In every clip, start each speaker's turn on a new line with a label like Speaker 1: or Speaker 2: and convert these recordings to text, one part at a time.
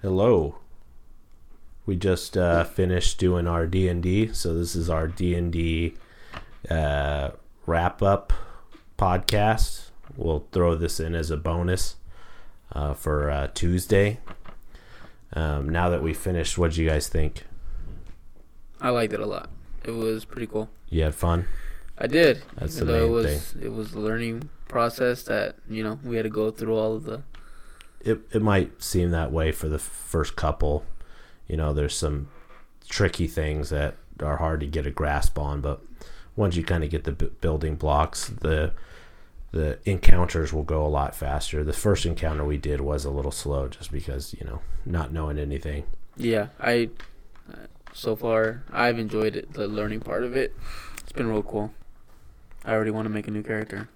Speaker 1: Hello. We just uh, finished doing our D and D, so this is our D and D wrap up podcast. We'll throw this in as a bonus uh, for uh, Tuesday. Um, now that we finished, what do you guys think?
Speaker 2: I liked it a lot. It was pretty cool.
Speaker 1: You had fun.
Speaker 2: I did.
Speaker 1: That's
Speaker 2: even
Speaker 1: the
Speaker 2: though it
Speaker 1: main
Speaker 2: was it was a learning process that you know we had to go through all of the
Speaker 1: It it might seem that way for the first couple. You know, there's some tricky things that are hard to get a grasp on, but once you kind of get the bu- building blocks, the the encounters will go a lot faster. The first encounter we did was a little slow, just because you know not knowing anything.
Speaker 2: yeah I uh, so far I've enjoyed it, the learning part of it. It's been real cool. I already want to make a new character.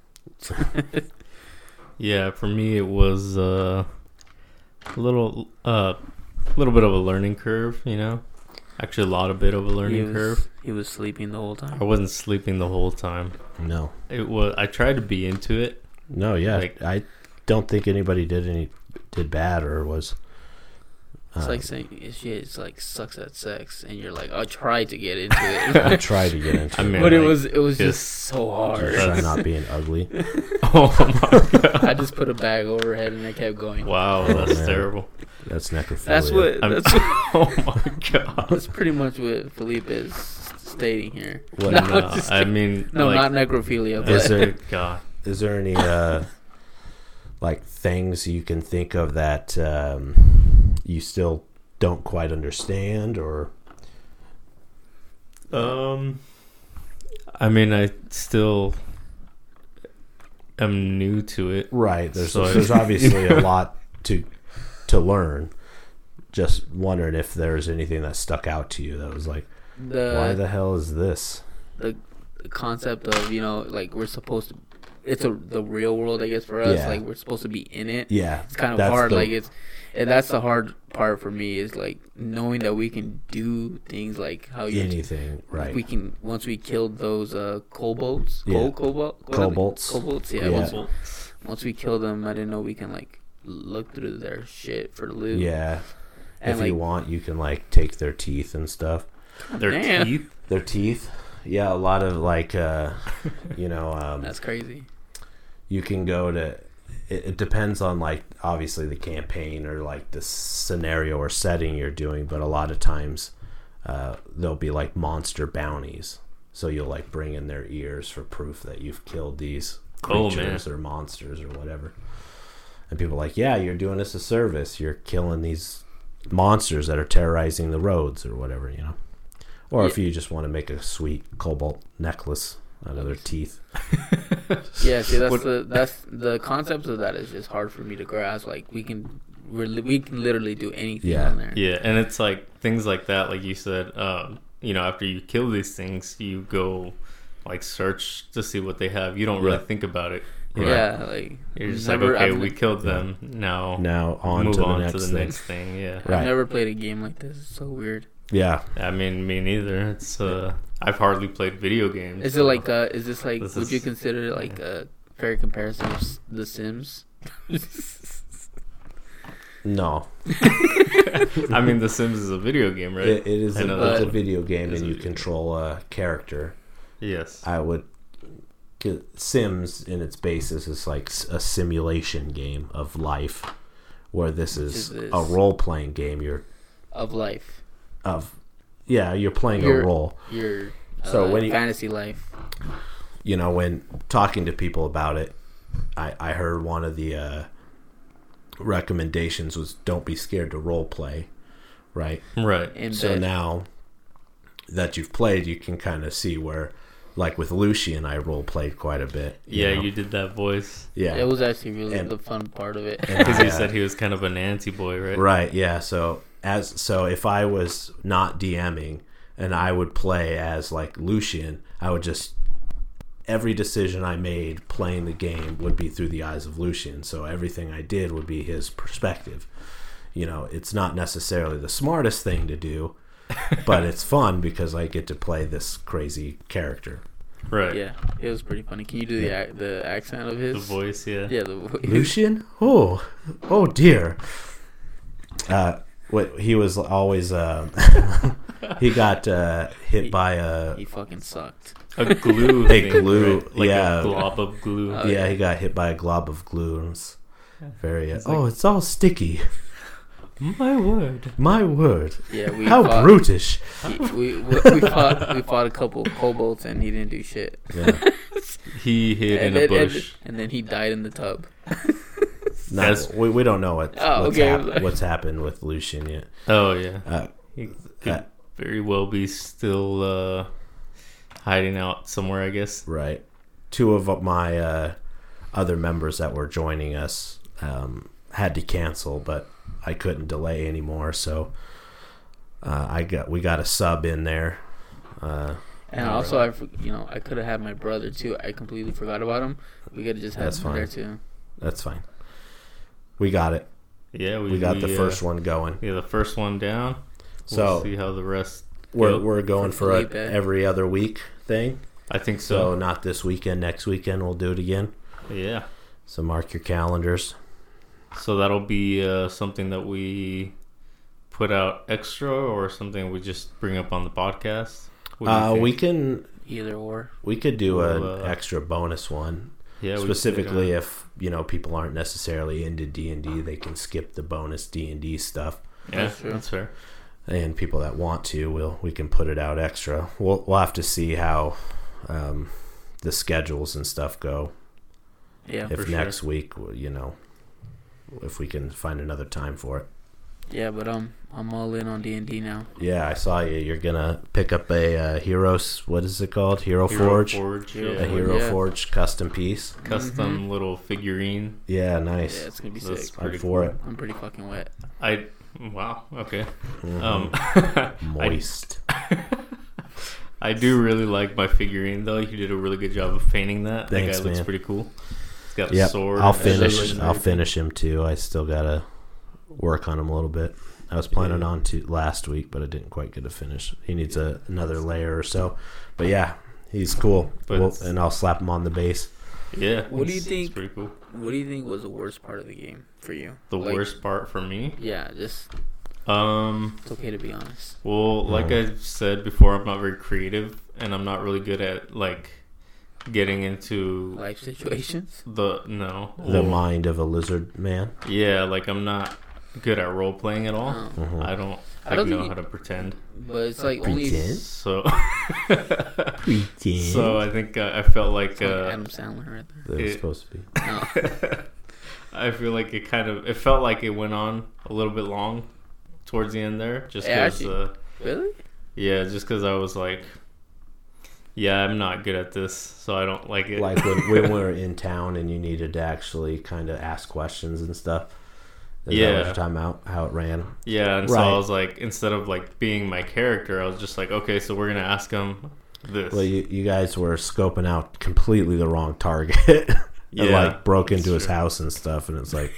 Speaker 3: Yeah, for me it was uh, a little uh, little bit of a learning curve, you know. Actually, a lot of bit of a
Speaker 2: he
Speaker 3: learning
Speaker 2: was,
Speaker 3: curve.
Speaker 2: He was sleeping the whole time.
Speaker 3: I wasn't sleeping the whole time.
Speaker 1: No,
Speaker 3: It was. I tried to be into it.
Speaker 1: no, yeah,
Speaker 3: Like-
Speaker 1: I don't think anybody did any did bad or was.
Speaker 2: It's
Speaker 1: uh,
Speaker 2: like saying if she is like sucks at sex, and you're like, I tried to get into
Speaker 1: I
Speaker 2: it,
Speaker 1: tried to get into.
Speaker 3: I
Speaker 1: it.
Speaker 3: mean,
Speaker 2: but it
Speaker 3: like,
Speaker 2: was it was
Speaker 3: just-
Speaker 2: just so hard.
Speaker 1: Try not being ugly.
Speaker 3: oh my god!
Speaker 2: I just put a bag over her head and I kept going.
Speaker 3: Wow,
Speaker 1: man.
Speaker 3: that's terrible.
Speaker 1: That's necrophilia.
Speaker 2: That's what
Speaker 3: I'm-
Speaker 2: that's, what-
Speaker 3: Oh my god!
Speaker 2: that's pretty much what Felipe is stating here.
Speaker 1: What-
Speaker 2: No,
Speaker 3: No,
Speaker 2: I'm just
Speaker 3: I
Speaker 2: kidding.
Speaker 3: mean,
Speaker 2: no, not
Speaker 3: like,
Speaker 2: necrophilia, but
Speaker 1: Is there
Speaker 3: God.
Speaker 1: is there any uh like things you can think of that um you still don't quite understand or
Speaker 3: Um, I mean, I still am new to it.
Speaker 1: right there's
Speaker 3: So-
Speaker 1: there's obviously a lot to to learn just wondering if there's anything that stuck out to you that was like why
Speaker 2: the,
Speaker 1: the hell is this
Speaker 2: the concept of you know like we're supposed to, it's a the real world I guess for us.
Speaker 1: Yeah.
Speaker 2: Like we're supposed to be in it.
Speaker 1: yeah
Speaker 2: It's kind of
Speaker 1: that's
Speaker 2: hard.
Speaker 1: the-
Speaker 2: Like it's and that's the hard part for me is like knowing that we can do things Oh, like how you
Speaker 1: anything right
Speaker 2: We can once we killed those uh kobolds,
Speaker 1: Yeah.
Speaker 2: Col- cobalt, what are they?
Speaker 1: Kobolds.
Speaker 2: kobolds. Yeah.
Speaker 1: Yeah.
Speaker 2: Once, once we kill them, I didn't know we can like look through their shit for loot.
Speaker 1: yeah
Speaker 2: And
Speaker 1: if you
Speaker 2: like,
Speaker 1: want you can like take their teeth and stuff
Speaker 3: Their
Speaker 2: Damn.
Speaker 3: teeth.
Speaker 1: their teeth yeah a lot of like uh you know um
Speaker 2: that's crazy.
Speaker 1: you can go to it, it depends on like obviously the campaign or like the scenario or setting you're doing but a lot of times uh, there'll be like monster bounties so you'll like bring in their ears for proof that you've killed these
Speaker 3: Oh, man.
Speaker 1: creatures or monsters or whatever and people are like yeah you're doing us a service you're killing these monsters that are terrorizing the roads or whatever you know or if you just want to make a sweet cobalt necklace out of their teeth
Speaker 2: Yeah, see, that's
Speaker 3: What-
Speaker 2: the that's the concept of that is just hard for me to grasp. Like we can, we're, li- we can literally do anything
Speaker 1: Yeah.
Speaker 2: on there.
Speaker 3: Yeah, and it's like things like that, like you said. Um, you know, after you kill these things, you go like search to see what they have. You don't really
Speaker 1: Yeah.
Speaker 3: think about it. You know?
Speaker 2: Yeah, like
Speaker 3: You're just
Speaker 2: never-
Speaker 3: like, okay,
Speaker 2: I've
Speaker 3: we
Speaker 2: ne-
Speaker 3: killed them. Now,
Speaker 1: now on
Speaker 3: move
Speaker 1: to the
Speaker 3: on
Speaker 1: next
Speaker 3: to the
Speaker 1: thing
Speaker 3: next thing. Yeah.
Speaker 1: Right.
Speaker 2: I've never played a game like this. It's so weird.
Speaker 1: Yeah,
Speaker 3: I mean, me neither. It's uh, I've hardly played video games.
Speaker 2: Is it
Speaker 3: so-
Speaker 2: like uh, is this like?
Speaker 3: This
Speaker 2: would you
Speaker 3: is-
Speaker 2: consider it like a fair comparison of s- The Sims?
Speaker 1: no,
Speaker 3: I mean, The Sims is a video game, right?
Speaker 1: it, it is
Speaker 3: I
Speaker 1: a,
Speaker 3: know
Speaker 1: it's a
Speaker 3: that.
Speaker 1: video game,
Speaker 3: It's
Speaker 1: and
Speaker 3: a
Speaker 1: you
Speaker 3: video game.
Speaker 1: control a character.
Speaker 3: yes.
Speaker 1: I would 'cause Sims, in its basis, is like s- a simulation game of life, where this is,
Speaker 2: is
Speaker 1: a
Speaker 2: this?
Speaker 1: role playing game. You're
Speaker 2: Of life,
Speaker 1: of yeah, you're playing
Speaker 2: You're-
Speaker 1: a role.
Speaker 2: your uh,
Speaker 1: So when you-
Speaker 2: fantasy life.
Speaker 1: You know, when talking to people about it, I I heard one of the uh, recommendations was don't be scared to role play, right?
Speaker 3: Right.
Speaker 2: In
Speaker 1: so
Speaker 2: bed.
Speaker 1: now that you've played, you can kind of see where, like with Lucian, I role played quite a bit.
Speaker 3: yeah,
Speaker 1: know?
Speaker 3: you did that voice
Speaker 1: yeah,
Speaker 2: it was actually really
Speaker 1: And-
Speaker 2: the fun part of it.
Speaker 1: And
Speaker 3: because
Speaker 1: I,
Speaker 3: you
Speaker 1: uh,
Speaker 3: said he was kind of an anti boy, right?
Speaker 1: right. Yeah, so as so if I was not DMing and I would play as like Lucian, I would just every decision I made playing the game would be through the eyes of Lucian. So everything I did would be his perspective. You know, it's not necessarily the smartest thing to do, but it's fun because I get to play this crazy character.
Speaker 3: Right.
Speaker 2: yeah, it was pretty funny. Can you do the ac- the accent of his
Speaker 3: The voice, yeah.
Speaker 2: Yeah, the voice.
Speaker 1: Lucian? Oh, oh dear. Uh, What he was always um, he got uh, hit by a
Speaker 2: He fucking sucked.
Speaker 3: A glue.
Speaker 1: A
Speaker 3: thing,
Speaker 1: glue,
Speaker 3: right? Like
Speaker 1: yeah.
Speaker 3: a glob of glue.
Speaker 2: Uh,
Speaker 1: yeah he got hit by a glob of glue. and It's very uh,
Speaker 3: It's like-
Speaker 1: oh it's all sticky.
Speaker 3: My word.
Speaker 1: My word,
Speaker 2: Yeah, we
Speaker 1: how
Speaker 2: fought,
Speaker 1: brutish!
Speaker 2: he- we, we, we fought we fought a couple of kobolds and he didn't do shit.
Speaker 1: Yeah,
Speaker 3: He hid
Speaker 2: and
Speaker 3: in
Speaker 2: then,
Speaker 3: a
Speaker 2: and-
Speaker 3: bush.
Speaker 2: And, then he died in the tub.
Speaker 1: no,
Speaker 3: That's-
Speaker 1: we, we don't know what,
Speaker 2: Oh,
Speaker 1: what's,
Speaker 2: okay.
Speaker 1: hap- what's happened with Lucian yet.
Speaker 3: Oh yeah.
Speaker 1: Uh,
Speaker 3: He could
Speaker 1: uh,
Speaker 3: very well be still uh, hiding out somewhere. I guess.
Speaker 1: Right. Two of my uh, other members that were joining us um, had to cancel, but I couldn't delay anymore, so uh, I got we got a sub in there. Uh,
Speaker 2: And
Speaker 1: Yeah,
Speaker 2: also, I for- you know I could have had my brother too. I completely forgot about him. We could have just had
Speaker 1: That's
Speaker 2: him there
Speaker 1: fine.
Speaker 2: too.
Speaker 1: that's fine. We got it.
Speaker 3: Yeah, we,
Speaker 1: We got the
Speaker 3: uh,
Speaker 1: first one going.
Speaker 3: Yeah, the first one down.
Speaker 1: So-
Speaker 3: we'll see how the rest.
Speaker 1: We're
Speaker 3: Yep.
Speaker 1: we're going
Speaker 2: For
Speaker 1: for a,
Speaker 2: Felipe.
Speaker 1: every other week thing.
Speaker 3: I think
Speaker 1: So
Speaker 3: so.
Speaker 1: not this weekend, next weekend we'll do it again.
Speaker 3: yeah.
Speaker 1: So mark your calendars.
Speaker 3: So that'll be uh, something that we put out extra, or something we just bring up on the podcast. What do you
Speaker 1: Uh,
Speaker 3: think?
Speaker 1: we can
Speaker 2: Either or.
Speaker 1: we could do an
Speaker 3: We'll, uh,
Speaker 1: extra bonus one
Speaker 3: yeah we could,
Speaker 1: specifically
Speaker 3: uh,
Speaker 1: if you know people aren't necessarily into d&d they can skip the bonus d&d stuff
Speaker 3: yeah,
Speaker 2: That's true.
Speaker 3: that's fair.
Speaker 1: and people that want to will we can put it out extra we'll, we'll have to see how um, the schedules and stuff go
Speaker 2: Yeah.
Speaker 1: if
Speaker 3: for
Speaker 1: next week you know if we can find another time for it
Speaker 2: Yeah, but um, I'm all in on D and D now.
Speaker 1: yeah i saw you you're gonna pick up a uh, heroes what is it called hero,
Speaker 3: Hero
Speaker 1: forge,
Speaker 3: Forge,
Speaker 2: Hero
Speaker 1: a
Speaker 3: yeah.
Speaker 2: Forge.
Speaker 1: hero
Speaker 2: Yeah.
Speaker 1: forge custom piece
Speaker 3: custom little figurine.
Speaker 1: yeah nice
Speaker 2: Mm-hmm. Yeah, it's gonna be
Speaker 3: That's
Speaker 2: sick.
Speaker 1: i'm
Speaker 3: pretty
Speaker 1: for it
Speaker 3: cool.
Speaker 2: I'm pretty fucking wet.
Speaker 3: I wow, okay.
Speaker 1: Mhm.
Speaker 3: Um,
Speaker 1: moist
Speaker 3: I do really like my figurine though. You did a really good job of painting that.
Speaker 1: Thanks,
Speaker 3: that guy looks
Speaker 1: man.
Speaker 3: pretty cool. It's got
Speaker 1: Yep,
Speaker 3: a sword.
Speaker 1: I'll
Speaker 3: and everything.
Speaker 1: finish. I'll finish him too. I still gotta work on him a little bit. I was planning
Speaker 3: Yeah.
Speaker 1: on to last week, but I didn't quite get to finish. He needs a, another layer or so. But yeah, he's cool.
Speaker 3: But
Speaker 1: We'll-
Speaker 3: it's-
Speaker 1: and I'll slap him on the base.
Speaker 3: Yeah.
Speaker 2: What do you
Speaker 3: it's-
Speaker 2: think-
Speaker 3: It's pretty cool.
Speaker 2: What do you think was the worst part of the game for you?
Speaker 3: The
Speaker 2: Like,
Speaker 3: worst part for me.
Speaker 2: Yeah, just
Speaker 3: Um.
Speaker 2: it's okay to be honest.
Speaker 3: Well, like
Speaker 1: Mhm.
Speaker 3: I said before, I'm not very creative, and I'm not really good at like getting into
Speaker 2: Life situations.
Speaker 3: the no.
Speaker 1: The
Speaker 3: Well,
Speaker 1: mind of a lizard man.
Speaker 3: yeah, like I'm not good at role playing at all.
Speaker 2: Oh.
Speaker 1: Mhm.
Speaker 3: I don't.
Speaker 2: I
Speaker 3: I,
Speaker 2: don't
Speaker 3: know
Speaker 2: think
Speaker 3: how
Speaker 2: you-
Speaker 3: to pretend.
Speaker 2: But it's like only
Speaker 1: Pretend.
Speaker 2: it's
Speaker 3: So.
Speaker 1: Pretend.
Speaker 3: so I think uh, I felt like.
Speaker 2: like
Speaker 3: Uh,
Speaker 2: Adam Sandler right
Speaker 1: That was
Speaker 3: it-
Speaker 1: supposed to be.
Speaker 2: there. No.
Speaker 3: I feel like it kind of it felt like it went on a little bit long towards the end there, just
Speaker 2: Yeah,
Speaker 3: because uh,
Speaker 2: really?
Speaker 3: yeah, just because I was like, yeah, I'm not good at this, so I don't like it.
Speaker 1: Like when, when we were in town and you needed to actually kind of ask questions and stuff. Is that
Speaker 3: Yeah.
Speaker 1: what you're talking about? How it ran?
Speaker 3: yeah, and so
Speaker 1: Right.
Speaker 3: I was like, instead of like being my character, I was just like, okay, so we're gonna ask him this.
Speaker 1: Well, you, you guys were scoping out completely the wrong target. and
Speaker 3: Yeah,
Speaker 1: like broke
Speaker 3: that's
Speaker 1: into his
Speaker 3: true.
Speaker 1: house and stuff. And it's like,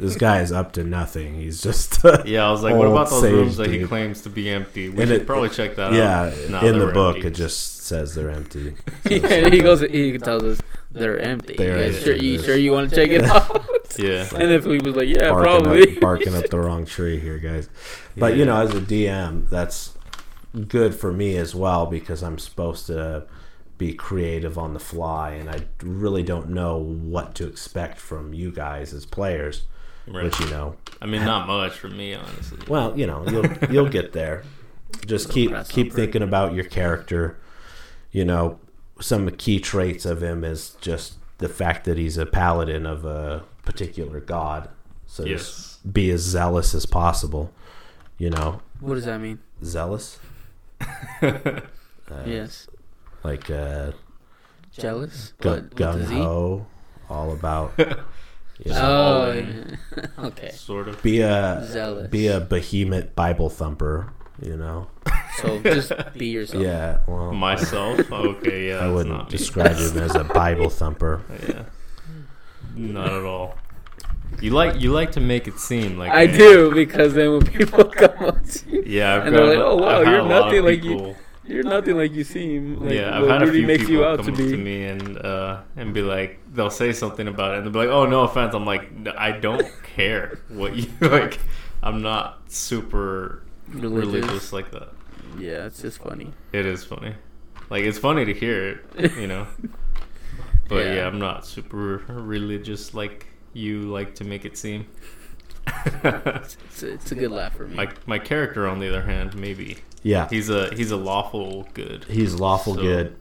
Speaker 1: this guy is up to nothing. He's just,
Speaker 3: yeah, I was like, what
Speaker 1: Old
Speaker 3: about those
Speaker 1: sage
Speaker 3: rooms that he
Speaker 1: dude.
Speaker 3: claims to be empty? We
Speaker 1: And
Speaker 3: should
Speaker 1: it-
Speaker 3: probably check that
Speaker 1: yeah.
Speaker 3: out. No,
Speaker 1: in
Speaker 3: they
Speaker 1: the
Speaker 3: were
Speaker 1: book,
Speaker 3: empty.
Speaker 1: it just says they're empty.
Speaker 2: yeah, he goes. He tells us they're empty.
Speaker 1: They're
Speaker 2: You guys
Speaker 1: empty.
Speaker 2: Sure, you sure you want to check it out?
Speaker 3: yeah,
Speaker 2: and if we was like, yeah,
Speaker 1: barking,
Speaker 2: probably.
Speaker 1: Up, barking up the wrong tree here, guys. But you
Speaker 3: Yeah.
Speaker 1: know, as a DM, that's good for me as well because I'm supposed to be creative on the fly, and I really don't know what to expect from you guys as players.
Speaker 3: Right.
Speaker 1: Which you know,
Speaker 3: I mean, not much for me, honestly.
Speaker 1: Well, you know, you'll you'll get there. Just keep
Speaker 2: press
Speaker 1: keep
Speaker 2: upper.
Speaker 1: thinking about your character. You know, some key traits of him is just the fact that he's a paladin of a particular god. So just
Speaker 3: Yes.
Speaker 1: be as zealous as possible. You know,
Speaker 2: What does that mean?
Speaker 1: zealous Uh,
Speaker 2: yes.
Speaker 1: like uh,
Speaker 2: Jealous.
Speaker 1: gu-
Speaker 2: What- what
Speaker 1: gung
Speaker 2: does he-
Speaker 1: ho, all about. You know,
Speaker 3: all
Speaker 2: Oh.
Speaker 3: in.
Speaker 2: yeah. okay.
Speaker 3: sort of.
Speaker 1: be a
Speaker 2: Zealous.
Speaker 1: be a behemoth Bible thumper. You know,
Speaker 2: So just be yourself.
Speaker 1: yeah. Well,
Speaker 3: Myself? Okay, yeah.
Speaker 1: I
Speaker 3: that's
Speaker 1: wouldn't
Speaker 3: not me.
Speaker 1: describe him as a Bible thumper.
Speaker 3: Yeah. Not at all. You like you like to make it seem like
Speaker 2: I
Speaker 3: that.
Speaker 2: do because then when people come up to you,
Speaker 3: Yeah, I've
Speaker 2: And they're like,
Speaker 3: got-
Speaker 2: "Oh, wow,
Speaker 3: I've had
Speaker 2: you're
Speaker 3: a lot of
Speaker 2: nothing like you-
Speaker 3: people-
Speaker 2: you're nothing like you seem. Like,
Speaker 3: yeah, I've
Speaker 2: what
Speaker 3: had a
Speaker 2: really
Speaker 3: few
Speaker 2: makes
Speaker 3: people
Speaker 2: you out
Speaker 3: come
Speaker 2: to
Speaker 3: up
Speaker 2: be.
Speaker 3: to me and uh, and be like, they'll say something about it, and they'll be like, "Oh, no offense." I'm like, "No, I don't care what you like. I'm not super
Speaker 2: Religious.
Speaker 3: religious. like that.
Speaker 2: Yeah, it's just funny.
Speaker 3: It is funny. Like it's funny to hear it, you know. But yeah.
Speaker 2: Yeah.
Speaker 3: I'm not super religious like you like to make it seem.
Speaker 2: It's a, it's a good laugh for me.
Speaker 3: my my character on the other hand, maybe.
Speaker 1: Yeah,
Speaker 3: He's a he's a lawful good.
Speaker 1: he's lawful
Speaker 3: So-
Speaker 1: good.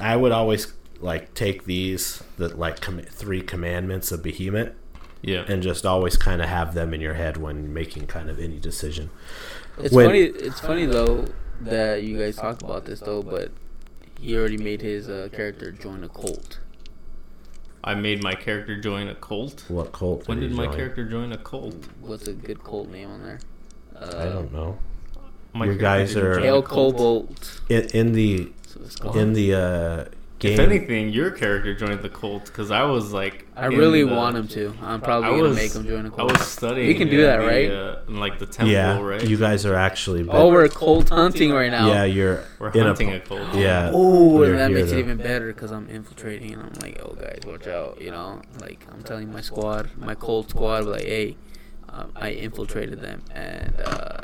Speaker 1: I would always like take these the like com- three commandments of Behemoth
Speaker 3: Yeah.
Speaker 1: and just always kind of have them in your head when making kind of any decision.
Speaker 2: It's
Speaker 1: When-
Speaker 2: funny. It's funny though that you guys talk about this though, but he already made his uh, character join a cult.
Speaker 3: I made my character join a cult.
Speaker 1: What cult?
Speaker 3: When
Speaker 1: are
Speaker 3: did
Speaker 1: you
Speaker 3: my
Speaker 1: joining?
Speaker 3: character join a cult?
Speaker 2: What's a good cult name on there? Uh,
Speaker 1: I don't know.
Speaker 3: My
Speaker 1: You
Speaker 3: character
Speaker 1: guys
Speaker 3: didn't
Speaker 1: are-
Speaker 3: join a
Speaker 2: El
Speaker 3: cult.
Speaker 2: Cobalt.
Speaker 1: In, in the
Speaker 2: So it's called.
Speaker 1: in the uh, game.
Speaker 3: If anything, your character joined the cult because I was like,
Speaker 2: I
Speaker 3: in
Speaker 2: really
Speaker 3: the-
Speaker 2: want him to. I'm probably
Speaker 3: I
Speaker 2: gonna
Speaker 3: was-
Speaker 2: make him join a
Speaker 3: I
Speaker 2: cult.
Speaker 3: was studying.
Speaker 2: We can do
Speaker 3: at
Speaker 2: that,
Speaker 3: the,
Speaker 2: right?
Speaker 3: uh, in like the temple,
Speaker 1: yeah,
Speaker 3: right?
Speaker 1: you guys are actually.
Speaker 2: oh, we're cult hunting right now.
Speaker 1: yeah, you're
Speaker 3: We're
Speaker 1: in
Speaker 3: hunting
Speaker 1: a,
Speaker 3: a, cult.
Speaker 1: yeah.
Speaker 2: Oh,
Speaker 1: You're
Speaker 2: and that
Speaker 1: here
Speaker 2: makes it
Speaker 1: to-
Speaker 2: even better because I'm infiltrating and I'm like, oh guys, watch out, you know. Like I'm telling my squad, my cold squad, like, hey, um, I infiltrated them and uh,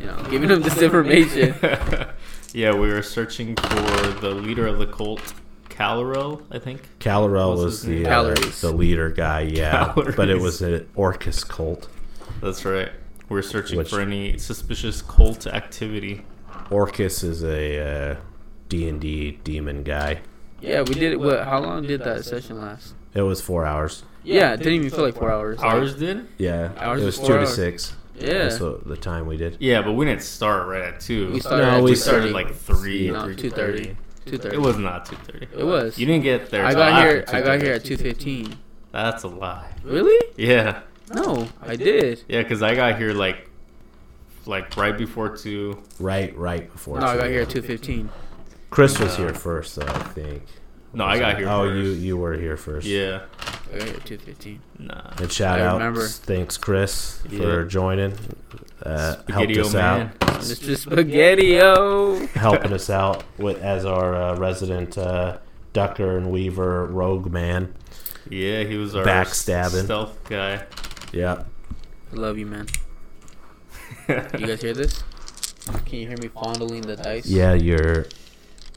Speaker 2: you know, giving them this information.
Speaker 3: yeah, we were searching for the leader of the cult, Calorel, I think.
Speaker 1: Calorel
Speaker 3: What's
Speaker 1: was
Speaker 3: his name?
Speaker 1: the uh,
Speaker 2: Calories.
Speaker 1: the leader guy, yeah, but it
Speaker 3: Calories.
Speaker 1: was an Orcus cult.
Speaker 3: That's right. We are searching
Speaker 1: Which-
Speaker 3: for any suspicious cult activity.
Speaker 1: Orcus is a uh, D and D demon guy.
Speaker 2: Yeah, we did it. What? How long did that session last?
Speaker 1: It was four hours.
Speaker 2: Yeah, it didn't even feel like four hours. Like,
Speaker 3: Ours did.
Speaker 1: Yeah,
Speaker 2: Ours
Speaker 1: it was
Speaker 2: was
Speaker 1: two
Speaker 2: four
Speaker 1: to
Speaker 2: hours.
Speaker 1: six. That's
Speaker 2: Yeah.
Speaker 1: what the time we did.
Speaker 3: Yeah, but we didn't start right at two.
Speaker 2: We started
Speaker 1: No,
Speaker 2: at
Speaker 1: we
Speaker 3: We started
Speaker 2: 2:30.
Speaker 3: like three,
Speaker 2: No,
Speaker 3: three
Speaker 2: 2:30. Two thirty.
Speaker 3: It was not two thirty.
Speaker 2: It was.
Speaker 3: You didn't get there.
Speaker 2: I
Speaker 3: till
Speaker 2: got
Speaker 3: after
Speaker 2: here. I got
Speaker 3: 2:30.
Speaker 2: here at two fifteen.
Speaker 3: That's a lie.
Speaker 2: Really?
Speaker 3: Yeah,
Speaker 2: No, I did.
Speaker 3: yeah, because I got here like, like right before two.
Speaker 1: Right, right before.
Speaker 2: No, I
Speaker 1: two.
Speaker 2: got here at two fifteen.
Speaker 1: Chris was
Speaker 3: No.
Speaker 1: here first, though, I think.
Speaker 3: No, I got here.
Speaker 1: Oh,
Speaker 3: first.
Speaker 1: you you were here first.
Speaker 3: Yeah.
Speaker 2: I got here at two fifteen.
Speaker 3: Nah.
Speaker 1: And shout
Speaker 2: I
Speaker 1: out,
Speaker 2: remember.
Speaker 1: thanks Chris for
Speaker 3: Yeah.
Speaker 1: joining. Uh, helped
Speaker 3: Spaghetti-O
Speaker 1: us
Speaker 3: man.
Speaker 2: Mr. Spaghettio.
Speaker 1: out, helping us out with as our uh, resident uh, Ducker and Weaver rogue man.
Speaker 3: Yeah, he was our
Speaker 1: Backstabbing.
Speaker 3: stealth guy.
Speaker 1: Yeah,
Speaker 2: Love you, man. You guys hear this? Can you hear me fondling the dice?
Speaker 1: yeah, you're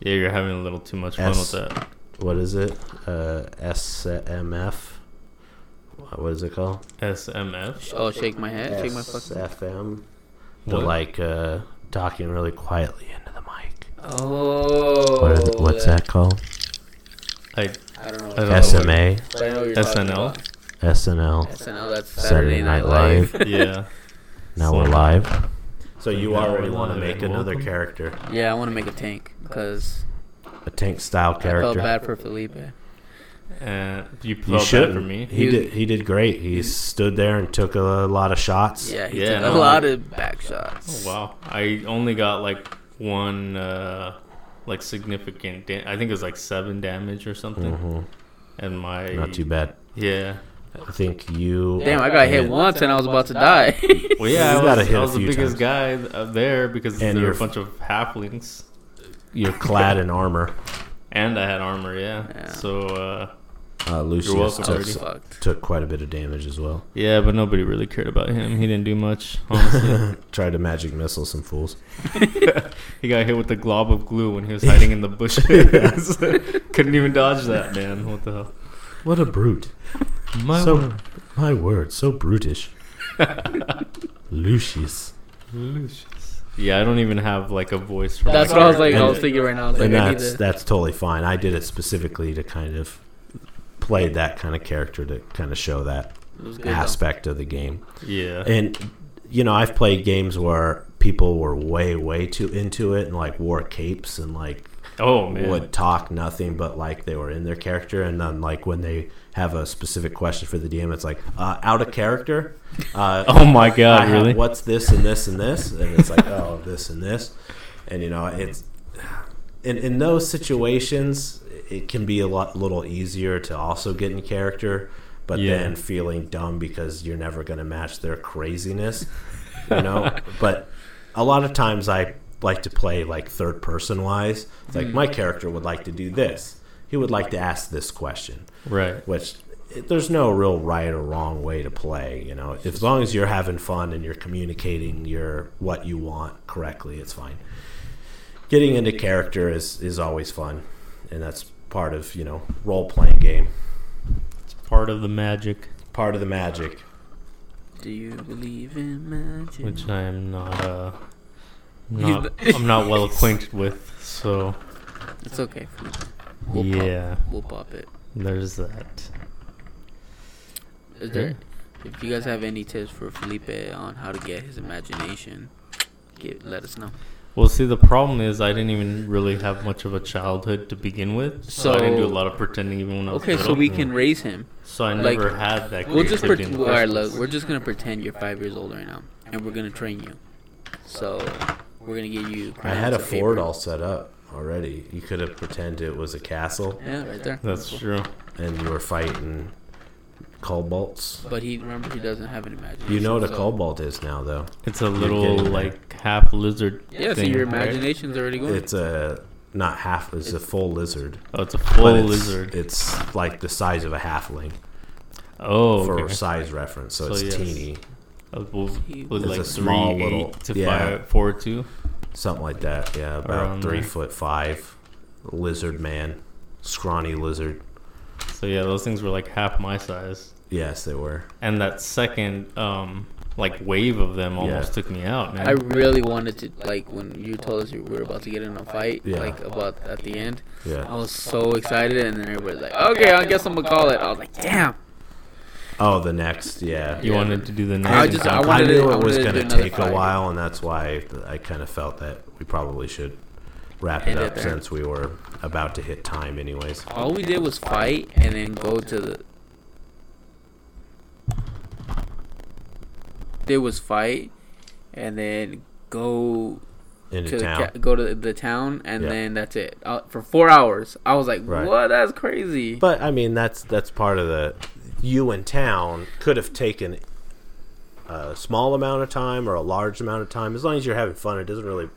Speaker 3: yeah, you're having a little too much fun
Speaker 1: S-
Speaker 3: with that.
Speaker 1: what is it? Uh, SMF. What is it called?
Speaker 3: SMF.
Speaker 2: Oh, shake my head. Shake my fucking.
Speaker 1: SFM. The
Speaker 3: What?
Speaker 1: like uh, talking really quietly into the mic.
Speaker 2: Oh.
Speaker 1: What is- what's that called?
Speaker 3: I
Speaker 2: I don't know.
Speaker 3: I don't know.
Speaker 1: SMA,
Speaker 2: But I know what you're talking
Speaker 3: SNL?
Speaker 2: about.
Speaker 1: SNL.
Speaker 2: SNL. That's
Speaker 1: Oh. Saturday
Speaker 2: Saturday
Speaker 1: Night
Speaker 2: Night Live.
Speaker 3: yeah.
Speaker 1: Now
Speaker 3: So-
Speaker 1: we're live. So
Speaker 3: you
Speaker 1: you
Speaker 3: Now
Speaker 1: already
Speaker 3: we're
Speaker 1: want to
Speaker 3: live.
Speaker 1: make another
Speaker 3: Welcome.
Speaker 1: character,
Speaker 2: yeah, I want to make a tank because
Speaker 1: a tank style
Speaker 2: I felt
Speaker 1: character.
Speaker 2: bad for Felipe.
Speaker 3: And you felt
Speaker 1: You
Speaker 3: bad
Speaker 1: should.
Speaker 3: for me.
Speaker 1: He
Speaker 2: He-
Speaker 1: did. He did great. He stood there and took a lot of shots.
Speaker 2: Mm-hmm. Yeah, he
Speaker 3: Yeah,
Speaker 2: took a
Speaker 3: no,
Speaker 2: lot
Speaker 3: like-
Speaker 2: of back shots.
Speaker 3: Oh, wow. I only got like one, uh, like significant. Da- I think it was like seven damage or something.
Speaker 1: Mhm.
Speaker 3: And my
Speaker 1: Not too bad.
Speaker 3: Yeah.
Speaker 1: I think you.
Speaker 2: Damn, I got hit
Speaker 1: and-
Speaker 2: once and I was about to die.
Speaker 3: Well, yeah,
Speaker 1: You
Speaker 3: I
Speaker 1: got
Speaker 3: was,
Speaker 1: hit
Speaker 3: I
Speaker 1: a
Speaker 3: was the
Speaker 1: few
Speaker 3: biggest
Speaker 1: times.
Speaker 3: guy up there because
Speaker 1: And
Speaker 3: there were
Speaker 1: you're
Speaker 3: a bunch of halflings,
Speaker 1: You're clad in armor.
Speaker 3: and I had armor. Yeah.
Speaker 2: Yeah.
Speaker 3: So uh,
Speaker 1: Uh, Lucius
Speaker 3: welcome,
Speaker 2: I
Speaker 1: took,
Speaker 2: was
Speaker 3: Already?
Speaker 2: fucked.
Speaker 1: took quite a bit of damage as well.
Speaker 3: yeah, but nobody really cared about him. He didn't do much. Honestly,
Speaker 1: Tried to magic missile some fools.
Speaker 3: he got hit with a glob of glue when he was hiding in the bushes. Couldn't even dodge that, man. What the hell?
Speaker 1: What a brute!
Speaker 3: My
Speaker 1: so,
Speaker 3: word.
Speaker 1: my word, so brutish. Lucius.
Speaker 3: Lucius. Yeah, I don't even have like a voice. For
Speaker 2: That's
Speaker 3: my
Speaker 2: what I was like. I
Speaker 1: And-
Speaker 2: was thinking right now. I was like,
Speaker 1: and
Speaker 2: I need
Speaker 1: that's
Speaker 2: to.
Speaker 1: that's totally fine. I did it specifically to kind of play that kind of character to kind of show that
Speaker 2: It was good. though.
Speaker 1: aspect of the game.
Speaker 3: Yeah.
Speaker 1: And you know, I've played games where people were way way too into it and like wore capes and like
Speaker 3: oh man.
Speaker 1: would talk nothing but like they were in their character and then like when they have a specific question for the DM it's like uh, out of character uh,
Speaker 3: Oh my
Speaker 1: I
Speaker 3: god!
Speaker 1: have
Speaker 3: Really?
Speaker 1: what's this and this and this and it's like oh this and this and you know it's in, in those situations it can be a lot little easier to also get in character but
Speaker 3: Yeah.
Speaker 1: then feeling dumb because you're never going to match their craziness you know but a lot of times i like to play like third person wise
Speaker 3: Hmm.
Speaker 1: it's like my character would like to do this he would like to ask this question
Speaker 3: Right.
Speaker 1: which it- there's no real right or wrong way to play. You know, as long as you're having fun and you're communicating your what you want correctly, it's fine. Getting into character is is always fun, and that's part of you know role playing game,
Speaker 3: It's part of the magic,
Speaker 1: part of the magic.
Speaker 2: Do you believe in magic?
Speaker 3: which I am not. Uh,
Speaker 2: You-
Speaker 3: not I'm not well acquainted with. So
Speaker 2: It's okay. Food. We'll
Speaker 3: yeah,
Speaker 2: Pop, we'll pop it.
Speaker 3: there's that.
Speaker 2: Is there? If you guys have any tips for Felipe on how to get his imagination, give, let us know.
Speaker 3: Well, see, the problem is I didn't even really have much of a childhood to begin with, so, I didn't do a
Speaker 2: So-
Speaker 3: lot of pretending even when
Speaker 1: Oh,
Speaker 3: I was
Speaker 2: Okay, so
Speaker 3: little.
Speaker 2: we can raise him.
Speaker 3: So I
Speaker 2: like,
Speaker 3: never had that.
Speaker 2: We'll just
Speaker 3: creativity in
Speaker 2: pretend.
Speaker 3: the
Speaker 2: All right,
Speaker 3: first
Speaker 2: look,
Speaker 3: place.
Speaker 2: we're just gonna pretend you're five years old right now, and we're gonna train you. So we're gonna get you.
Speaker 1: I had a
Speaker 2: crayons and
Speaker 1: fort
Speaker 2: paper.
Speaker 1: all set up already. You could have pretended it was a castle
Speaker 2: Yeah, right there.
Speaker 3: That's true.
Speaker 1: and you were fighting kobolds.
Speaker 2: But he remember he doesn't have an imagination.
Speaker 1: You know what a
Speaker 2: so-
Speaker 1: kobold is now, though.
Speaker 3: It's a little
Speaker 1: getting there.
Speaker 3: like half lizard.
Speaker 2: Yeah, so
Speaker 3: thing,
Speaker 2: your
Speaker 3: right?
Speaker 2: imagination's already going.
Speaker 1: It's a not half. It's a full lizard.
Speaker 3: Oh, it's a full
Speaker 1: but it's,
Speaker 3: lizard.
Speaker 1: It's like the size of a halfling
Speaker 3: oh,
Speaker 1: for
Speaker 3: okay.
Speaker 1: size reference, so,
Speaker 3: So
Speaker 1: it's
Speaker 3: yes.
Speaker 1: teeny,
Speaker 3: Uh, well, with
Speaker 1: It's
Speaker 3: like
Speaker 1: a
Speaker 3: three
Speaker 1: small
Speaker 3: eight
Speaker 1: little-
Speaker 3: to
Speaker 1: yeah.
Speaker 3: five four two.
Speaker 1: something like that. Yeah, about
Speaker 3: Around
Speaker 1: three
Speaker 3: there.
Speaker 1: foot five, lizard man, scrawny lizard.
Speaker 3: So yeah, those things were like half my size,
Speaker 1: Yes, they were.
Speaker 3: and that second um like wave of them almost
Speaker 1: Yeah.
Speaker 3: took me out, man.
Speaker 2: I really wanted to like when you told us you were about to get in a fight,
Speaker 1: Yeah.
Speaker 2: like about at the end. I
Speaker 1: Yeah.
Speaker 2: was so excited, and then everybody's like, "Okay, I guess I'm gonna call it." I was like, "Damn!"
Speaker 1: Oh, the next. Yeah.
Speaker 3: you
Speaker 2: Yeah.
Speaker 3: wanted to do the
Speaker 2: I
Speaker 3: next.
Speaker 2: just-
Speaker 1: I,
Speaker 2: I wanted to-
Speaker 1: knew
Speaker 2: I
Speaker 1: it was
Speaker 2: wanted to do
Speaker 1: going to
Speaker 2: another
Speaker 1: take
Speaker 2: fight.
Speaker 1: a while, and that's why I kind of felt that we probably should wrap it
Speaker 2: End it
Speaker 1: up
Speaker 2: there.
Speaker 1: since we were about to hit time, anyways.
Speaker 2: All we did was fight, and then go to the. Did was fight, and then go
Speaker 1: Into
Speaker 2: to the
Speaker 1: town.
Speaker 2: ca- go to the town, and
Speaker 1: Yeah.
Speaker 2: then that's it uh, for four hours. I was like,
Speaker 1: Right.
Speaker 2: "What? That's crazy."
Speaker 1: But I mean, that's that's part of the. You in town could have taken a small amount of time or a large amount of time. As long as you're having fun, it doesn't really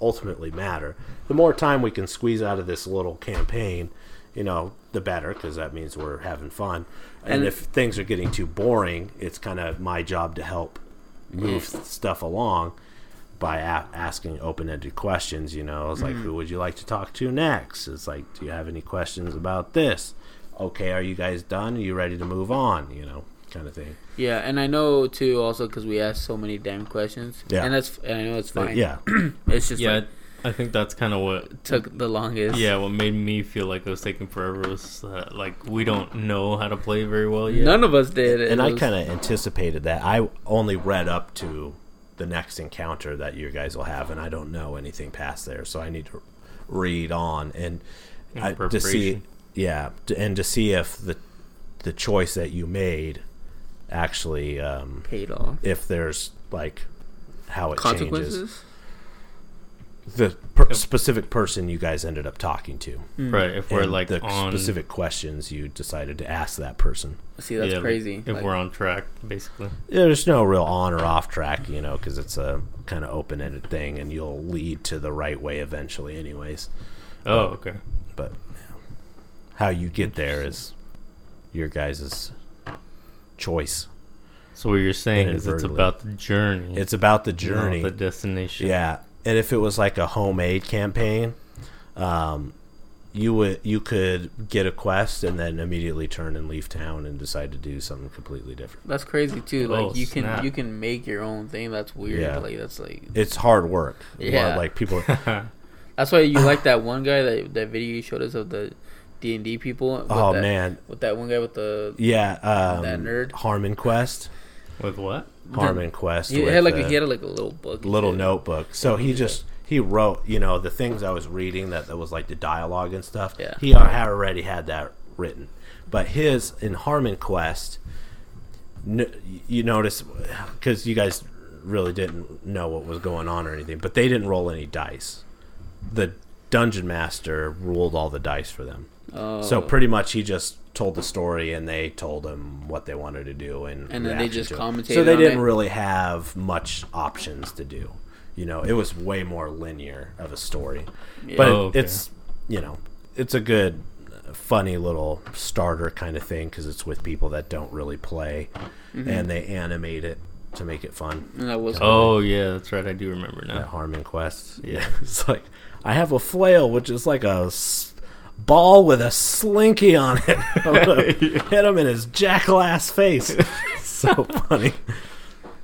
Speaker 1: ultimately matter. The more time we can squeeze out of this little campaign, you know, the better, because that means we're having fun. And,
Speaker 2: And-
Speaker 1: if things are getting too boring, it's kind of my job to help move stuff along by a- asking open-ended questions. You know, it's like, who would you like to talk to next? It's like, do you have any questions about this? Okay, are you guys done? Are you ready to move on? You know, kind of thing.
Speaker 2: yeah, and I know too, also because we asked so many damn questions.
Speaker 1: Yeah.
Speaker 2: and that's and I know it's
Speaker 1: But
Speaker 2: fine.
Speaker 1: yeah,
Speaker 2: it's just
Speaker 3: yeah,
Speaker 2: like,
Speaker 3: I think that's kind of what
Speaker 2: took the longest.
Speaker 3: Yeah, what made me feel like it was taking forever was uh, like we don't know how to play very well yet.
Speaker 2: None of us did. It
Speaker 1: and I
Speaker 2: was-
Speaker 1: kind of anticipated that. I only read up to the next encounter that you guys will have, and I don't know anything past there, so I need to read on and
Speaker 3: In
Speaker 1: I, to see,
Speaker 3: preparation.
Speaker 1: yeah, to, and to see if the the choice that you made actually um,
Speaker 2: paid off.
Speaker 1: if there's like how it changes
Speaker 2: Consequences?
Speaker 1: the per- specific person you guys ended up talking to
Speaker 2: Hmm.
Speaker 3: right? If we're
Speaker 1: Mm. and
Speaker 3: like
Speaker 1: the
Speaker 3: on
Speaker 1: specific questions you decided to ask that person
Speaker 2: See, that's
Speaker 3: yeah, like,
Speaker 2: crazy.
Speaker 3: If
Speaker 2: Like,
Speaker 3: we're on track, basically.
Speaker 1: there's no real on or off track you know because it's a kind of open-ended thing and you'll lead to the right way eventually anyways
Speaker 3: Oh, okay.
Speaker 1: but how you get there is your guys' choice
Speaker 3: So what you're saying is it's
Speaker 1: Inadvertently.
Speaker 3: about the journey.
Speaker 1: it's about the
Speaker 3: not
Speaker 1: journey
Speaker 3: the destination.
Speaker 1: Yeah, and if it was like a homemade campaign, um, you would you could get a quest and then immediately turn and leave town and decide to do something completely different.
Speaker 2: that's crazy too. Like
Speaker 3: Oh,
Speaker 2: you can
Speaker 3: snap.
Speaker 2: you can make your own thing. That's weird.
Speaker 1: Yeah.
Speaker 2: Like that's like
Speaker 1: It's hard work. Well,
Speaker 2: Yeah.
Speaker 1: like people.
Speaker 2: that's why you like that one guy that that video you showed us of the D and D people. with
Speaker 1: oh
Speaker 2: that-
Speaker 1: man,
Speaker 2: with that one guy with the
Speaker 1: yeah. Um,
Speaker 2: That nerd.
Speaker 1: Harmon Quest.
Speaker 3: With what?
Speaker 1: Harmon Quest.
Speaker 2: he
Speaker 1: with
Speaker 2: had like
Speaker 1: the
Speaker 2: a, he had like a little book, and
Speaker 1: little
Speaker 2: shit.
Speaker 1: notebook. So he just he wrote. You know the things I was reading that that was like the dialogue and stuff.
Speaker 2: Yeah.
Speaker 1: He al- had already had that written, but his in Harmon Quest. n- you notice because you guys really didn't know what was going on or anything, but they didn't roll any dice. The dungeon master rolled all the dice for them.
Speaker 2: Oh.
Speaker 1: So pretty much he just told the story and they told him what they wanted to do and
Speaker 2: And then they
Speaker 1: reaction
Speaker 2: just
Speaker 1: to it.
Speaker 2: commentated
Speaker 1: So they
Speaker 2: on
Speaker 1: didn't
Speaker 2: it?
Speaker 1: really have much options to do. You know, it was way more linear of a story. But
Speaker 3: Oh, okay.
Speaker 1: it's you know, it's a good a funny little starter kind of thing because it's with people that don't really play,
Speaker 3: Mm-hmm.
Speaker 1: and they animate it to make it fun.
Speaker 2: And that was
Speaker 3: Oh yeah, that's right. I do remember
Speaker 1: At
Speaker 3: now.
Speaker 1: Harmon Quest, yeah, it's like I have a flail, which is like a s- ball with a slinky on it. I'm gonna Hit him in his jackass face. so funny.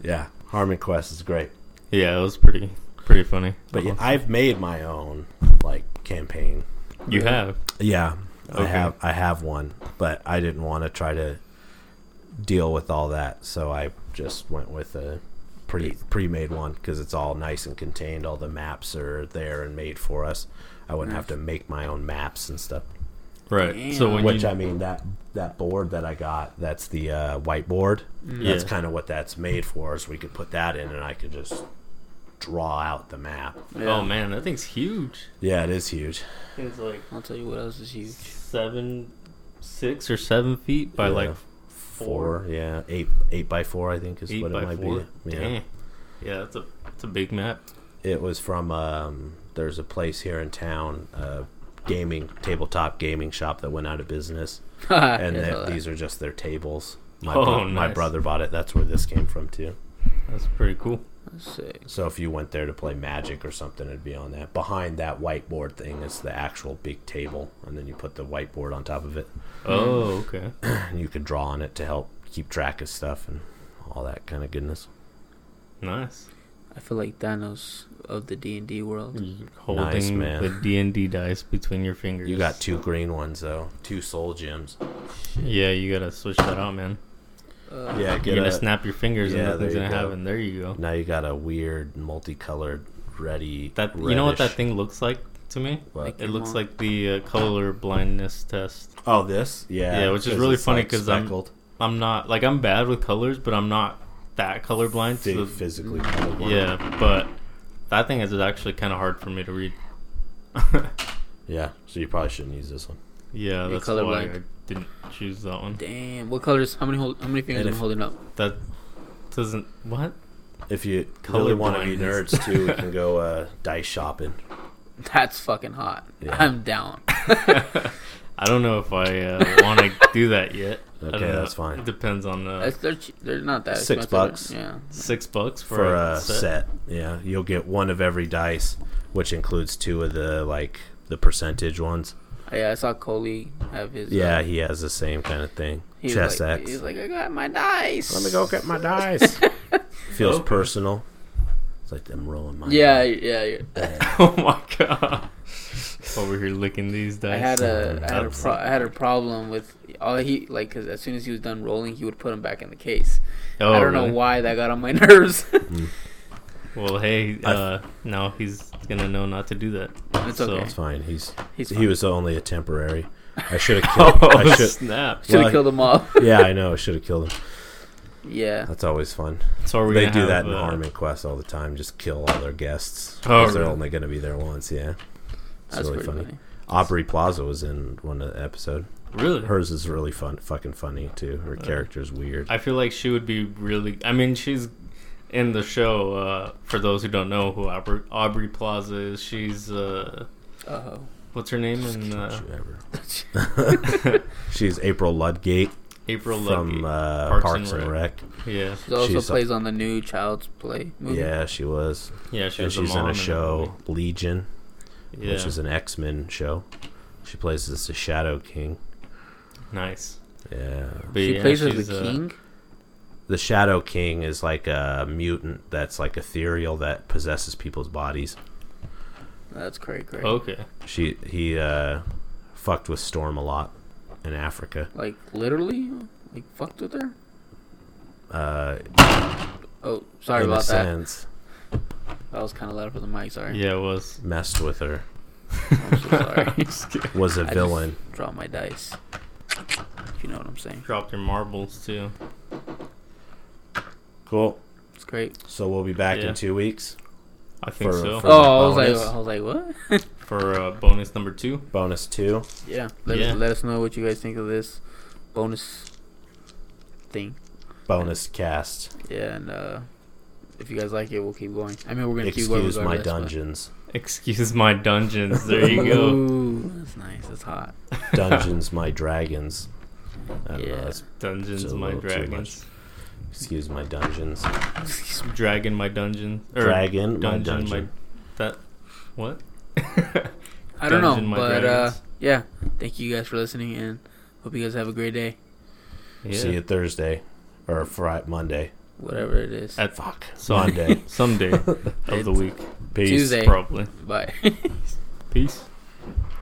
Speaker 1: Yeah, Harmon Quest is great.
Speaker 3: Yeah, it was pretty pretty funny.
Speaker 1: But yeah, I've made my own like campaign.
Speaker 3: you have.
Speaker 1: Yeah, I
Speaker 3: Okay.
Speaker 1: have I have one, but I didn't want to try to deal with all that, so I just went with a pre pre-made one because it's all nice and contained. All the maps are there and made for us. I wouldn't have to make my own maps and stuff.
Speaker 3: Right. So
Speaker 2: Damn.
Speaker 3: when
Speaker 1: Which
Speaker 3: you
Speaker 1: I mean that that board that I got, that's the uh, whiteboard. That's
Speaker 3: Yeah.
Speaker 1: kind of what that's made for. Is we could put that in, and I could just draw out the map.
Speaker 3: oh man, that thing's huge.
Speaker 1: Yeah, it is huge.
Speaker 3: It's like
Speaker 2: I'll tell you what else is huge.
Speaker 3: seven, six or seven feet by
Speaker 1: Yeah.
Speaker 3: like
Speaker 1: Four, yeah, eight eight by four, I think is
Speaker 3: eight
Speaker 1: what it
Speaker 3: by
Speaker 1: might
Speaker 3: four.
Speaker 1: be. Yeah.
Speaker 3: Dang. Yeah, that's a that's a big map.
Speaker 1: It was from um, there's a place here in town, a gaming tabletop gaming shop that went out of business, and
Speaker 2: Yeah,
Speaker 1: they-
Speaker 2: so that-
Speaker 1: these are just their tables. My,
Speaker 3: Oh,
Speaker 1: bro- my
Speaker 3: nice.
Speaker 1: brother bought it. That's where this came from too.
Speaker 3: That's pretty cool.
Speaker 2: that's sick.
Speaker 1: So if you went there to play Magic or something, it'd be on that. Behind that whiteboard thing is the actual big table, and then you put the whiteboard on top of it,
Speaker 3: Oh, okay.
Speaker 1: and you could draw on it to help keep track of stuff and all that kind of goodness.
Speaker 3: Nice.
Speaker 2: I feel like Thanos of the D and D world.
Speaker 1: Mm.
Speaker 3: You're holding
Speaker 1: man.
Speaker 3: the D and D dice between your fingers.
Speaker 1: You got two green ones though, two soul gems.
Speaker 3: Yeah, you gotta switch that out, man.
Speaker 2: Uh,
Speaker 1: Yeah,
Speaker 3: You're gonna snap your fingers
Speaker 1: Yeah,
Speaker 3: and nothing's
Speaker 1: there you
Speaker 3: gonna
Speaker 1: go.
Speaker 3: happen. There you go.
Speaker 1: Now you got a weird multicolored ready.
Speaker 3: That you know what that
Speaker 1: reddish-
Speaker 3: thing looks like to me?
Speaker 1: What?
Speaker 3: It looks
Speaker 2: Pokemon.
Speaker 3: like the uh, color blindness test.
Speaker 1: Oh, this. Yeah.
Speaker 3: Yeah, which is really
Speaker 1: it's,
Speaker 3: funny
Speaker 1: like,
Speaker 3: 'cause I'm-
Speaker 1: speckled,
Speaker 3: I'm not like I'm bad with colors, but I'm not that colorblind.
Speaker 1: big,
Speaker 3: So,
Speaker 1: physically colorblind.
Speaker 3: yeah, but that thing is actually kind of hard for me to read.
Speaker 1: Yeah. So you probably shouldn't use this one.
Speaker 3: yeah,
Speaker 2: You're
Speaker 3: that's why
Speaker 2: colorblind.
Speaker 3: I didn't choose that one.
Speaker 2: Damn, what colors? How many hold? How many fingers
Speaker 1: And
Speaker 2: am I
Speaker 1: if-
Speaker 2: holding up?
Speaker 3: That doesn't what?
Speaker 1: If you really want to be
Speaker 3: Colorblindness.
Speaker 1: nerds too, we can go uh, dice shopping.
Speaker 2: That's fucking hot.
Speaker 1: Yeah.
Speaker 2: I'm down.
Speaker 3: I don't know if I uh, want to do that yet. I
Speaker 1: Okay,
Speaker 3: don't know.
Speaker 1: that's fine.
Speaker 3: It depends on the
Speaker 2: That's, they're, che- they're not that
Speaker 1: Uh, Six
Speaker 2: expensive.
Speaker 1: bucks.
Speaker 2: Yeah.
Speaker 3: six bucks for,
Speaker 1: for, a set. Yeah, you'll get one of every dice, which includes two of the like the percentage ones.
Speaker 2: Yeah, I saw Coley have his.
Speaker 1: Yeah,
Speaker 2: uh,
Speaker 1: he has the same kind of thing.
Speaker 2: he was
Speaker 1: Chess
Speaker 2: like,
Speaker 1: X.
Speaker 2: He's like, I got my dice.
Speaker 1: Let me go get my dice. Feels
Speaker 3: Okay.
Speaker 1: personal. It's like them rolling my.
Speaker 2: Yeah, yeah. yeah.
Speaker 3: oh my god! Over here licking these dice.
Speaker 2: I had a, I had a,
Speaker 3: That's-
Speaker 2: pro- I had a problem with all he like because as soon as he was done rolling, he would put him back in the case.
Speaker 3: Oh,
Speaker 2: I don't
Speaker 3: really?
Speaker 2: know why that got on my nerves.
Speaker 3: Well, hey,
Speaker 1: I-
Speaker 3: uh, now he's gonna know not to do that.
Speaker 2: it's
Speaker 3: So-
Speaker 2: okay.
Speaker 1: It's fine. He's
Speaker 2: He's
Speaker 1: he was only a temporary. I should have killed. I should.
Speaker 3: Oh, snap!
Speaker 2: should have
Speaker 1: Well, I-
Speaker 2: killed him all.
Speaker 3: Oh.
Speaker 1: Yeah, I know. I should have killed him.
Speaker 2: yeah.
Speaker 1: That's always fun.
Speaker 3: So are we
Speaker 1: They
Speaker 3: gonna
Speaker 1: do
Speaker 3: have,
Speaker 1: that in
Speaker 3: uh,
Speaker 1: Harmon Quest all the time. Just kill all their guests.
Speaker 3: Oh,
Speaker 1: 'cause they're
Speaker 3: really?
Speaker 1: only going to be there once. Yeah, it's
Speaker 2: That's
Speaker 1: really
Speaker 2: pretty
Speaker 1: funny.
Speaker 2: funny.
Speaker 1: Aubrey Plaza was in one of the episode.
Speaker 3: Really?
Speaker 1: Hers is really fun, fucking funny too.
Speaker 3: Uh.
Speaker 1: Her character's weird.
Speaker 3: I feel like she would be really. I mean, she's in the show. Uh, for those who don't know who Aubrey, Aubrey Plaza is, she's uh,
Speaker 2: Oh.
Speaker 3: what's her name in uh,
Speaker 1: Don't you ever. She's April Ludgate
Speaker 3: April
Speaker 1: from
Speaker 3: Ludgate.
Speaker 1: uh, Parks,
Speaker 3: Parks and
Speaker 1: and, Rec.
Speaker 3: yeah,
Speaker 2: She also
Speaker 1: She's a-
Speaker 2: plays on the new Child's Play movie.
Speaker 1: Yeah, she was.
Speaker 3: yeah, she
Speaker 1: and
Speaker 3: was the
Speaker 1: she's
Speaker 3: mom
Speaker 1: in a
Speaker 3: that
Speaker 1: show Legion,
Speaker 3: movie. Yeah,
Speaker 1: which is an X Men show. She plays as the Shadow King.
Speaker 3: nice.
Speaker 1: Yeah,
Speaker 3: But
Speaker 2: She
Speaker 3: yeah,
Speaker 2: plays as
Speaker 3: she's,
Speaker 2: the
Speaker 3: uh,
Speaker 2: king.
Speaker 1: the Shadow King is like a mutant that's like ethereal that possesses people's bodies.
Speaker 2: That's crazy, crazy.
Speaker 3: Okay.
Speaker 1: She he uh, fucked with Storm a lot in Africa.
Speaker 2: Like literally, like fucked with her.
Speaker 1: Uh,
Speaker 2: Oh, sorry
Speaker 1: in a
Speaker 2: about that.
Speaker 1: sense,
Speaker 2: That was kind of loud for the mic. Sorry.
Speaker 3: Yeah, it was.
Speaker 1: messed with her.
Speaker 2: I'm so sorry.
Speaker 3: Just kidding.
Speaker 1: Was a
Speaker 2: just-
Speaker 1: villain.
Speaker 2: Drop my dice. If you know what I'm saying.
Speaker 3: Dropped your marbles too.
Speaker 1: Cool.
Speaker 2: It's great.
Speaker 1: So we'll be back
Speaker 3: Yeah.
Speaker 1: in two weeks.
Speaker 3: I think
Speaker 1: For-
Speaker 3: so.
Speaker 1: for-
Speaker 2: oh, I was
Speaker 1: bonus?
Speaker 2: like, I was like, what?
Speaker 3: For uh, bonus number two.
Speaker 1: Bonus two.
Speaker 2: Yeah. Let,
Speaker 3: Yeah.
Speaker 2: Us, let us know what you guys think of this bonus thing.
Speaker 1: Bonus cast.
Speaker 2: Yeah, and uh, if you guys like it, we'll keep going. I mean, we're gonna keep going.
Speaker 1: Excuse my
Speaker 2: regardless, but-
Speaker 1: dungeons.
Speaker 3: Excuse my dungeons. There you go.
Speaker 2: Ooh, that's nice. That's hot.
Speaker 1: Dungeons, my dragons. I don't know.
Speaker 2: Yeah.
Speaker 1: That's,
Speaker 3: Dungeons,
Speaker 1: It's a
Speaker 3: my
Speaker 1: little too
Speaker 3: dragons.
Speaker 1: excuse my dungeons.
Speaker 3: Dragon, my dungeon. Or
Speaker 1: Dragon, my
Speaker 3: dungeon,
Speaker 1: dungeon.
Speaker 3: my that. What?
Speaker 2: I don't know,
Speaker 3: Dungeon, my
Speaker 2: but uh,
Speaker 3: dragons.
Speaker 2: yeah. Thank you guys for listening, and hope you guys have a great day,
Speaker 3: Yeah.
Speaker 1: See you Thursday or Friday, Monday.
Speaker 2: whatever it is.
Speaker 3: At
Speaker 1: Fuck.
Speaker 3: some
Speaker 1: Monday.
Speaker 3: someday of the week,
Speaker 1: Peace.
Speaker 2: Tuesday.
Speaker 3: probably.
Speaker 2: Bye.
Speaker 3: Peace.